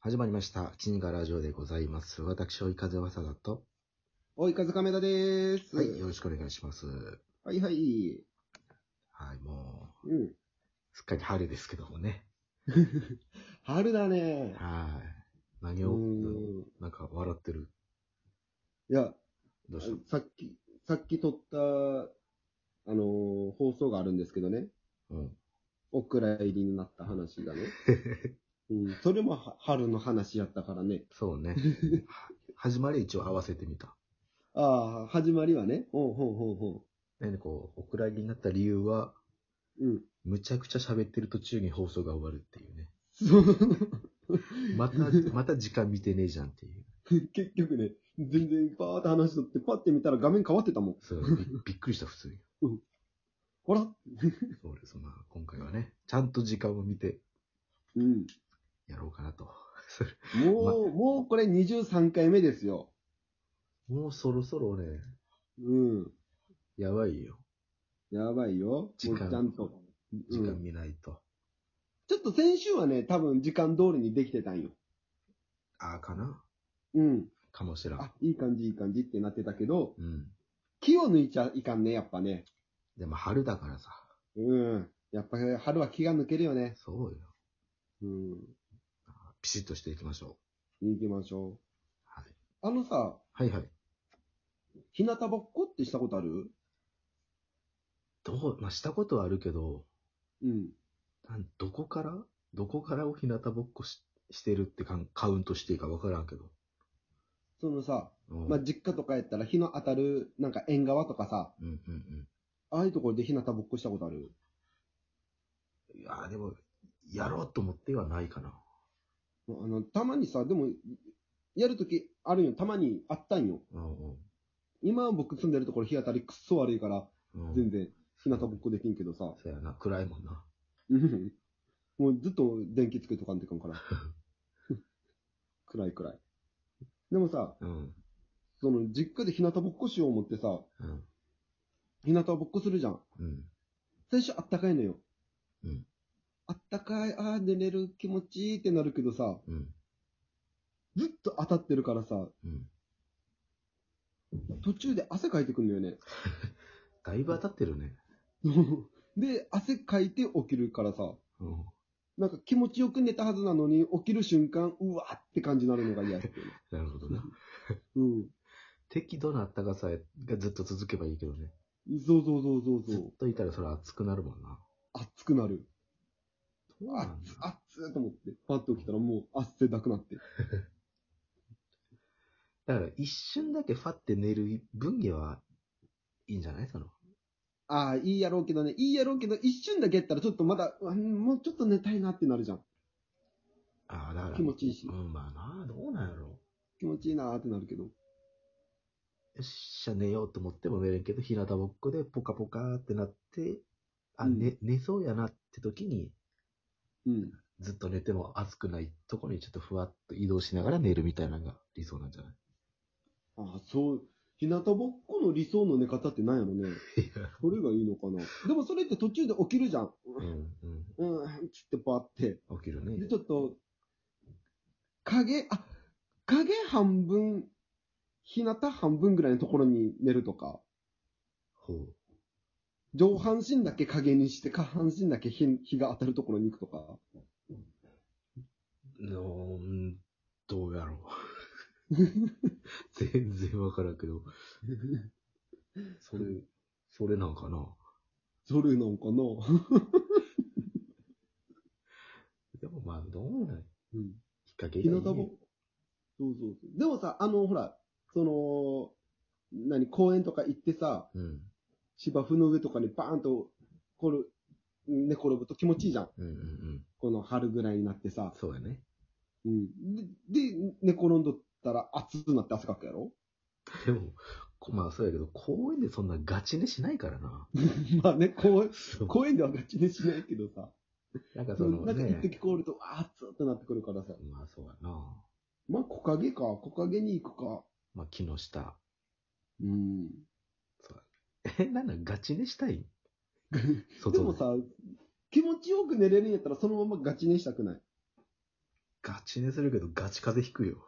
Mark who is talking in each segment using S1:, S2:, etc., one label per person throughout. S1: 始まりました。チンガラジオでございます。私、追い風わさだと。
S2: おい、カズカメラでーす。
S1: はい、よろしくお願いします。
S2: はい、はい。
S1: はい、もう、
S2: うん。
S1: すっかり春ですけどもね。
S2: 春だね
S1: はい。何
S2: ー。
S1: を、
S2: うん。
S1: なんか笑ってる。
S2: いや、
S1: どうした
S2: さっき、さっき撮った、あのー放送があるんですけどね。
S1: うん。
S2: お蔵入りになった 話がね。うん、それもは春の話やったからね。
S1: そうね。 は始まり一応合わせてみた。
S2: ああ、始まりはね。ほうほうほうほ
S1: で、こう、お蔵入りになった理由は、
S2: う。うん。
S1: むちゃくちゃ喋ってる途中に放送が終わるっていうね。
S2: そう。
S1: また、また時間見てねえじゃんっていう。
S2: 結局ね、全然パーって話しとって、パって見たら画面変わってたもん。
S1: そう、びびっくりした、普通に。
S2: ほら。
S1: そうです。まあ、今回はね、ちゃんと時間を見て
S2: うん。
S1: やろうかなと。
S2: もう、もうこれ23回目ですよ。
S1: もうそろそろね、
S2: うん。
S1: やばいよ。
S2: やばいよ。
S1: 時間
S2: もうちゃんと。
S1: 時
S2: う
S1: 間
S2: ん
S1: 見ないと。
S2: ちょっと先週はね、多分時間通りにできてたんよ。
S1: ああ、かな
S2: うん。
S1: かもしらん
S2: あ。、いい感じ、いい感じってなってたけど、
S1: うん。
S2: 気を抜いちゃいかんね、やっぱね。
S1: でも春だからさ。
S2: うん。やっぱり春は気が抜けるよね。
S1: そうよ。
S2: うん。
S1: ピシッとしていきましょ
S2: 行きましょ。
S1: はいう
S2: あのさ、。
S1: はいはい。
S2: 日向ぼっこってしたことある
S1: どう、まあ、したことはあるけど、
S2: うん。
S1: なんどこからどこからを日向ぼっこししてるってかんカウントしていいかわからんけど。
S2: そのさ、
S1: うん。
S2: まあ、実家とかやったら日の当たる、なんか縁側とかさ、
S1: うんうんうん。
S2: ああいうところで日向ぼっこしたことある
S1: いやーでも、やろうと思ってはないかな。
S2: あの、たまにさ、でも、やるときあるよ。たまにあったんよ。
S1: うんうん
S2: 今僕住んでるところ日当たりくっそ悪いから、。
S1: うん、
S2: 全然、日向ぼっこできんけ どさ、
S1: そうやな。暗いもんな。
S2: うんもうずっと電気つけとかんといかんから。暗い暗い。でもさ、
S1: うん。
S2: その実家で日向ぼっこしよう思ってさ、
S1: うん。
S2: 日向ぼっこするじゃん。
S1: うん。
S2: 最初あったかいのよ。
S1: うん
S2: あったかい、あー寝れる気持ちいいってなるけどさ、
S1: うん。
S2: ずっと当たってるからさ、
S1: うん。
S2: 途中で汗かいてくんの よね。
S1: だいぶ当たってるね。
S2: で、汗かいて起きるからさ、
S1: うん。
S2: なんか気持ちよく寝たはずなのに、起きる瞬間、うわーって感じになるのが嫌って いうね。
S1: なるほどな。
S2: うん。
S1: 適度な暖かさがずっと続けばいいけどね。
S2: そうそうそうそうそ
S1: ずっ
S2: う。
S1: といたらそれ暑くなるもんな。
S2: 熱くなる。
S1: そう
S2: 熱熱っと思って。パッと起きたらもう汗だくなって。
S1: だから一瞬だけファって寝る分にはいいんじゃないその。
S2: ああ、いいやろうけどね。いいやろうけど、一瞬だけやったらちょっとまだ、うんもうちょっと寝たいなってなるじゃん。
S1: ああ、だから。
S2: 気持ちいいし
S1: うん、まあなあ、どうなんやろ
S2: 気持ちいいなーってなるけど。
S1: う。よっしゃ、寝ようと思っても寝れんけど、日向ぼっこでポカポカってなって、あ、
S2: うん
S1: 寝、寝そうやなって時に、
S2: うん。
S1: ずっと寝ても暑くないところにちょっとふわっと移動しながら寝るみたいなのが理想なんじゃ ない
S2: ああ、そう。日向ぼっこの理想の寝方ってなんやろ
S1: い
S2: ね。
S1: や、
S2: それがいいのかな。でもそれって途中で起きるじゃん。
S1: うん、
S2: うん、つってパーって。
S1: うん。起きるね。
S2: で、ちょっと、影、あ、影半分、日向半分ぐらいのところに寝るとか。
S1: ほう。
S2: 上半身だけ影にして、下半身だけ日日が当たるところに行くとか。
S1: のーんどうやろう。 全然わからんけど、それ、それなんかな。
S2: それなんかな、
S1: でもまあ、どうなん
S2: うん、
S1: きっかけ
S2: 日
S1: がい
S2: 向
S1: いね
S2: ぼっこそうそうそう。でもさ、あの、ほら、その、何、公園とか行ってさ、
S1: うん。
S2: 芝生の上とかにバーンと、こる、寝転ぶと気持ちいいじゃん。
S1: うんうんうん。
S2: この春ぐらいになってさ。
S1: そうやね。
S2: うん。で、で寝転んどったら熱くなって汗かくやろ
S1: でも、こまあそうやけど、公園でそんなガチ寝しないから な。
S2: まあね、公園、
S1: そう
S2: 公園ではガチ寝しないけどさ。
S1: なんかその
S2: なんか一
S1: ね。
S2: 滴凍ると、あー熱ってなってくるからさ。
S1: まあそうやな。
S2: まあ、木陰か。木陰に行くか。
S1: まあ木の下。
S2: うん。
S1: え、なんなんガチ寝した い外
S2: でもさ、気持ちよく寝れるんやったらそのままガチ寝したくない。
S1: ガチ寝するけど、ガチ風邪ひくよ。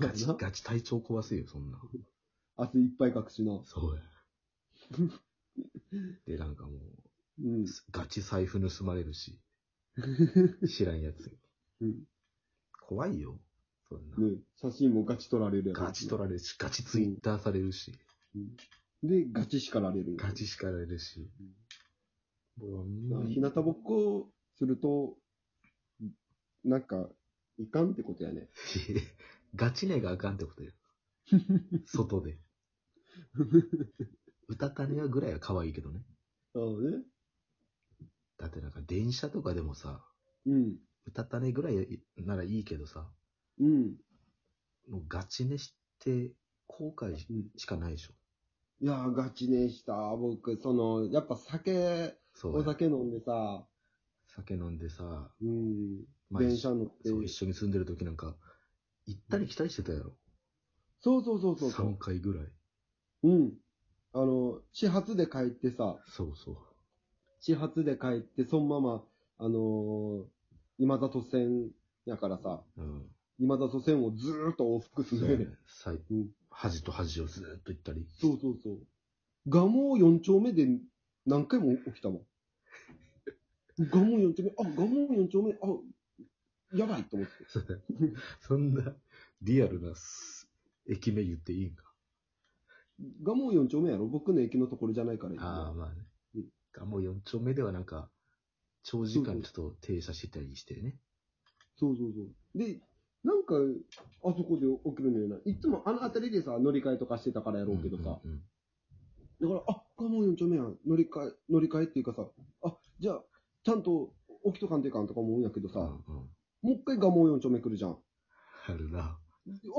S1: ガチ、ガチ体調壊すよ、そんな。
S2: 汗いっぱい隠しな。
S1: そうや。 で、なんかも
S2: うん
S1: う、。ガチ財布盗まれるし、知らんやつに。
S2: うん
S1: 怖いよ、そんな。
S2: ね、写真もガチ取られるやろ
S1: ガチ取られるし、ガチツイッターされるし、
S2: で、ガチ叱られる。
S1: ガチ叱られるし。もう
S2: だから日向ぼっこすると、なんか、いかんってこと やね。
S1: ガチ寝があかんって ことよ。外で。歌かねやぐらいは可愛いけどね。
S2: そうね。
S1: だってなんか電車とかでもさ、
S2: うん。
S1: 歌たねぐらいならいいけどさ、
S2: うん。
S1: もうガチ寝して後悔し
S2: うん
S1: しかないでしょ。
S2: いやー、ガチ寝した。僕、その、やっぱ酒、
S1: そう
S2: お
S1: や。
S2: 酒飲んでさ、
S1: 酒飲んでさ、
S2: うん。
S1: まあ
S2: 電車乗って。
S1: そう一緒に住んでる時なんか、行ったり来たりしてたやろ。
S2: そうそうそうそうそう
S1: 3。回ぐらい。
S2: うん。あの、始発で帰ってさ、
S1: そうそう。
S2: 始発で帰って、そのまま、あのー、今里線やからさ、
S1: うん。
S2: 今里線をずーっと往復す
S1: そうや
S2: るよね
S1: ね。。さい
S2: うん
S1: 端と端をずーっと行ったり。
S2: そうそうそう。蒲生四丁目で何回も起き たもん。蒲生四丁目、あ、蒲生四丁目、あ、やばいと思って。
S1: そんなリアルなす駅名言っていいんか。
S2: 蒲生四丁目やろ僕の駅のところじゃないから
S1: ああ、
S2: 今。
S1: まあね
S2: うん。
S1: がもう4丁目ではなんか、長時間ちょっと停車してたりしてね。
S2: そうそうそう。で、なんか、あそこで起きるのよな。いつもあの辺りでさ、乗り換えとかしてたからやろうけどさ。
S1: うんうんうん
S2: だから、あ、蒲生四丁目やん。乗り換え、乗り換えっていうかさ、あ、じゃあ、ちゃんと起きとかんといかんとか思うんやけどさ、
S1: うんうん
S2: もう一回蒲生四丁目来るじゃん。
S1: あるな。
S2: あ、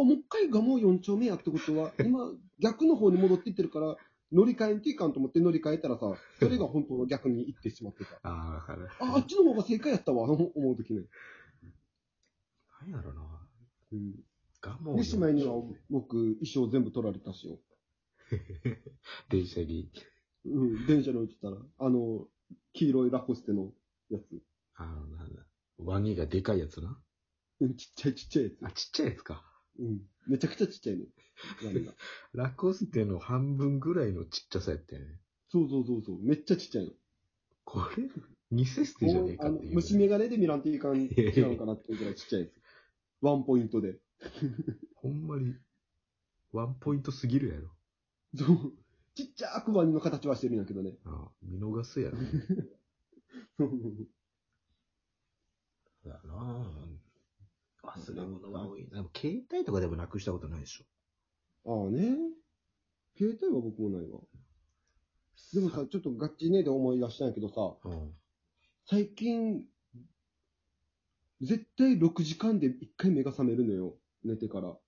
S2: もう一回蒲生四丁目やってこ とは、今、逆の方に戻っていってるから、乗り換えんといかんと思って乗り換えたらさ、それが本当の逆に行ってしまってた。
S1: ああ、わかる。
S2: あ、あっちの方が正解やったわ、 思うときね。
S1: なんやろな。
S2: うん。
S1: がもう
S2: で、しまいには、僕、衣装全部取られたしよ。
S1: 電車に。
S2: うん、電車に置いてたら、あの、黄色いラコステのやつ。
S1: ああ、なんだ。ワニがでかいやつな。
S2: うん、ちっちゃいちっちゃいや
S1: あ、ちっちゃいやつか。
S2: つ。うん。めちゃくちゃちっちゃいね。なんだ
S1: ラコステの半分ぐらいのちっちゃさやったよね。
S2: そうそうそうそう。めっちゃちっちゃいの。
S1: これ、偽捨てじゃねえか
S2: あ
S1: っ
S2: の
S1: ていう。
S2: 虫眼鏡で見らんといかん、 違うかなっていうぐらいちっちゃいやつ。ワンポイントで。
S1: ほんまに、ワンポイントすぎるやろ。
S2: そう。ちっちゃくワニの形はしてるんやけどね。
S1: ああ見逃すやろ。だなあ忘れ物が多いな。でも携帯とかでもなくしたことないでしょ。
S2: ああね。携帯は僕もないわ。でもさ、ちょっとガチねで思い出したんやけどさ、
S1: うん。
S2: 最近、絶対6時間で1回目が覚めるのよ。寝てから。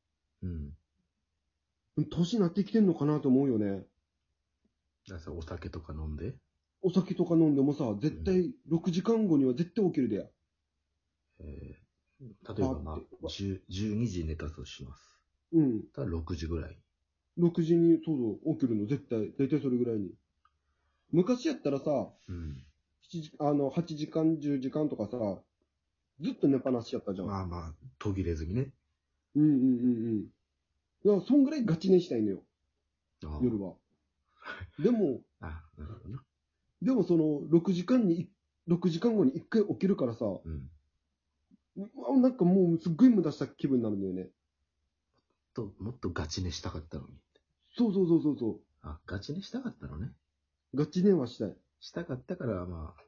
S1: うん。
S2: 年なってきてんのかなと思うよね。
S1: だからさ、お酒とか飲んで。
S2: お酒とか飲んでもさ、絶対6時間後には絶対起きるでや。
S1: えー、例えばまあ
S2: だって、
S1: 10 12時に寝たとします。
S2: うん。
S1: だから6時ぐらい。
S2: 6時に、そうそう、起きるの絶対。大体それぐらいに。昔やったらさ、
S1: うん。
S2: 7時あの8時間、10時間とかさ、ずっと寝っぱなしやったじゃん。
S1: まあまあ、途切れずにね。
S2: うんうんうんうん。だから、そんぐらいガチ寝したいのよ、
S1: あ
S2: 夜は。でも、
S1: あ。あなるほどな。
S2: でもその、6時間に、6時間後に1回起きるからさ、う
S1: うん。
S2: わなんかもうすっごい無駄した気分になるんだよね。
S1: と、もっとガチ寝したかったのに。
S2: そうそうそうそうそ
S1: あ、ガチ寝したかったのね。
S2: う。ガチ寝はしたい。
S1: したかったから、まあ、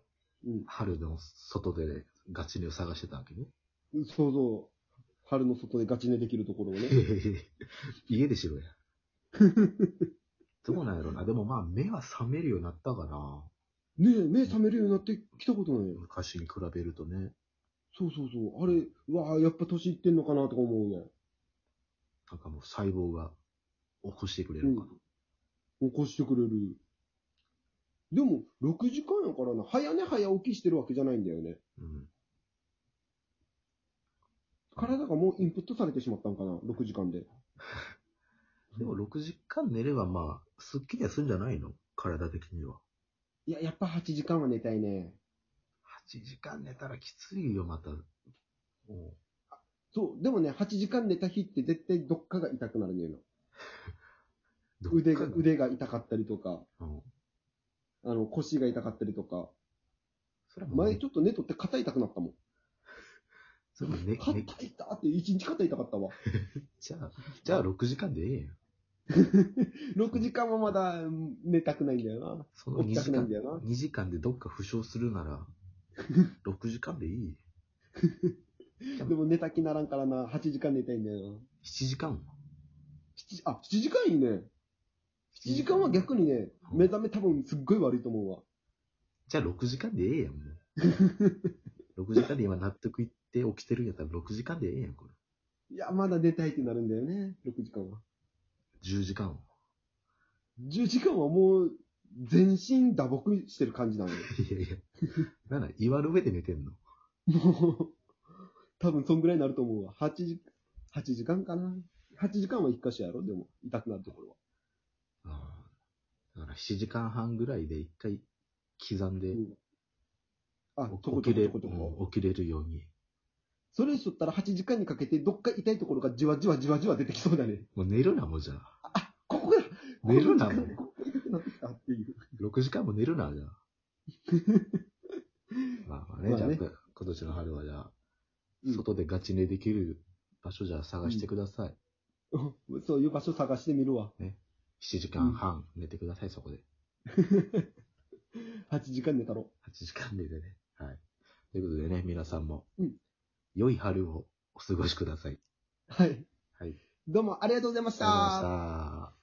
S2: うん。
S1: 春の外で、ね、ガチ寝を探してたわけね。
S2: そうそう。春の外でガチ寝できるところをね。
S1: 家でしろや。どうなんやろな。でもまあ、目は覚めるようになったかな。
S2: ねえ、目覚めるようになってきたことないよ。
S1: 昔に比べるとね。
S2: そうそうそう。あれ、うわあやっぱ年いってんのかなとか思うね。
S1: なんかもう細胞が起こしてくれるのか
S2: 起こしてくれる。でも、6時間やからな、早寝早起きしてるわけじゃないんだよね。
S1: な。うん。
S2: 体がもうインプットされてしまったのかな、6時間で。
S1: でも6時間寝ればまあ、すっきりはするんじゃないの体的には。
S2: いや、やっぱ8時間は寝たいね。
S1: 時間寝たらきついよ、また。もう、
S2: そう、でもね、8時間寝た日って絶対どっかが痛くなるのよな。
S1: どっか
S2: 腕が、腕が痛かったりとか、
S1: うん。
S2: あの、腰が痛かったりとか。
S1: それはもう
S2: 前
S1: ね、
S2: ちょっと寝とって肩痛くなったもん。
S1: それはね、
S2: 肩
S1: ね、
S2: 痛って一日肩痛かったわ。
S1: じゃあ、じゃあ6時間でええやん。
S2: 6時間はまだうん寝たくないんだよ
S1: その
S2: 起
S1: 2
S2: きたく
S1: 時
S2: ない
S1: 間
S2: んだよな、
S1: 2時間でどっか負傷するな ら、6時間でいい。
S2: な。でも寝た気ならんからな、8時間寝たいんだよな。
S1: 7時間
S2: 7あ、7時間いいね。7時間は逆にね、
S1: うん
S2: 目覚め多分すっごい悪いと思うわ。
S1: じゃあ6時間でええやん、も う。6時間で今納得いって起きてるんやったら6時間でええやん、これ。
S2: いや、まだ寝たいってなるんだよね、6時間は。
S1: 10時間。
S2: 10時間はもう、全身打撲してる感じなのよ。
S1: いやいや。なんだ、岩の上で寝てんの
S2: もう、多分そんぐらいになると思うわ。8時、8時間かな。8時間は1箇所やろ、でも、痛くなるところは。
S1: ああだから7時間半ぐらいで一回刻んで、
S2: うんあ、と
S1: 起
S2: こ
S1: き
S2: とこ
S1: れ
S2: とことこ。
S1: うん起きれるように。
S2: それしとったら8時間にかけて、どっか痛いところがじわじわじわじわ出てきそうだね。
S1: もう寝るな、もうじゃあ。
S2: ここが、
S1: 寝るな、
S2: こ
S1: も
S2: の
S1: う
S2: 時間。ここが痛くなってきたっていう。
S1: 6時間も寝るな、じゃ あ。まあまあね、
S2: まあね
S1: じゃあ、今年の春はじゃあ、
S2: うん
S1: 外でガチ寝できる場所じゃあ探してください。
S2: そういう場所探してみるわ。
S1: 7時間半寝てください、そこで。
S2: 8時間寝たろ。
S1: 8時間寝てね。はい。ということでね、皆さんも、
S2: うん
S1: 良い春をお過ごしください。
S2: はい。
S1: はい。
S2: どうもありがとうございまし
S1: ありがとうございま
S2: た
S1: し。た。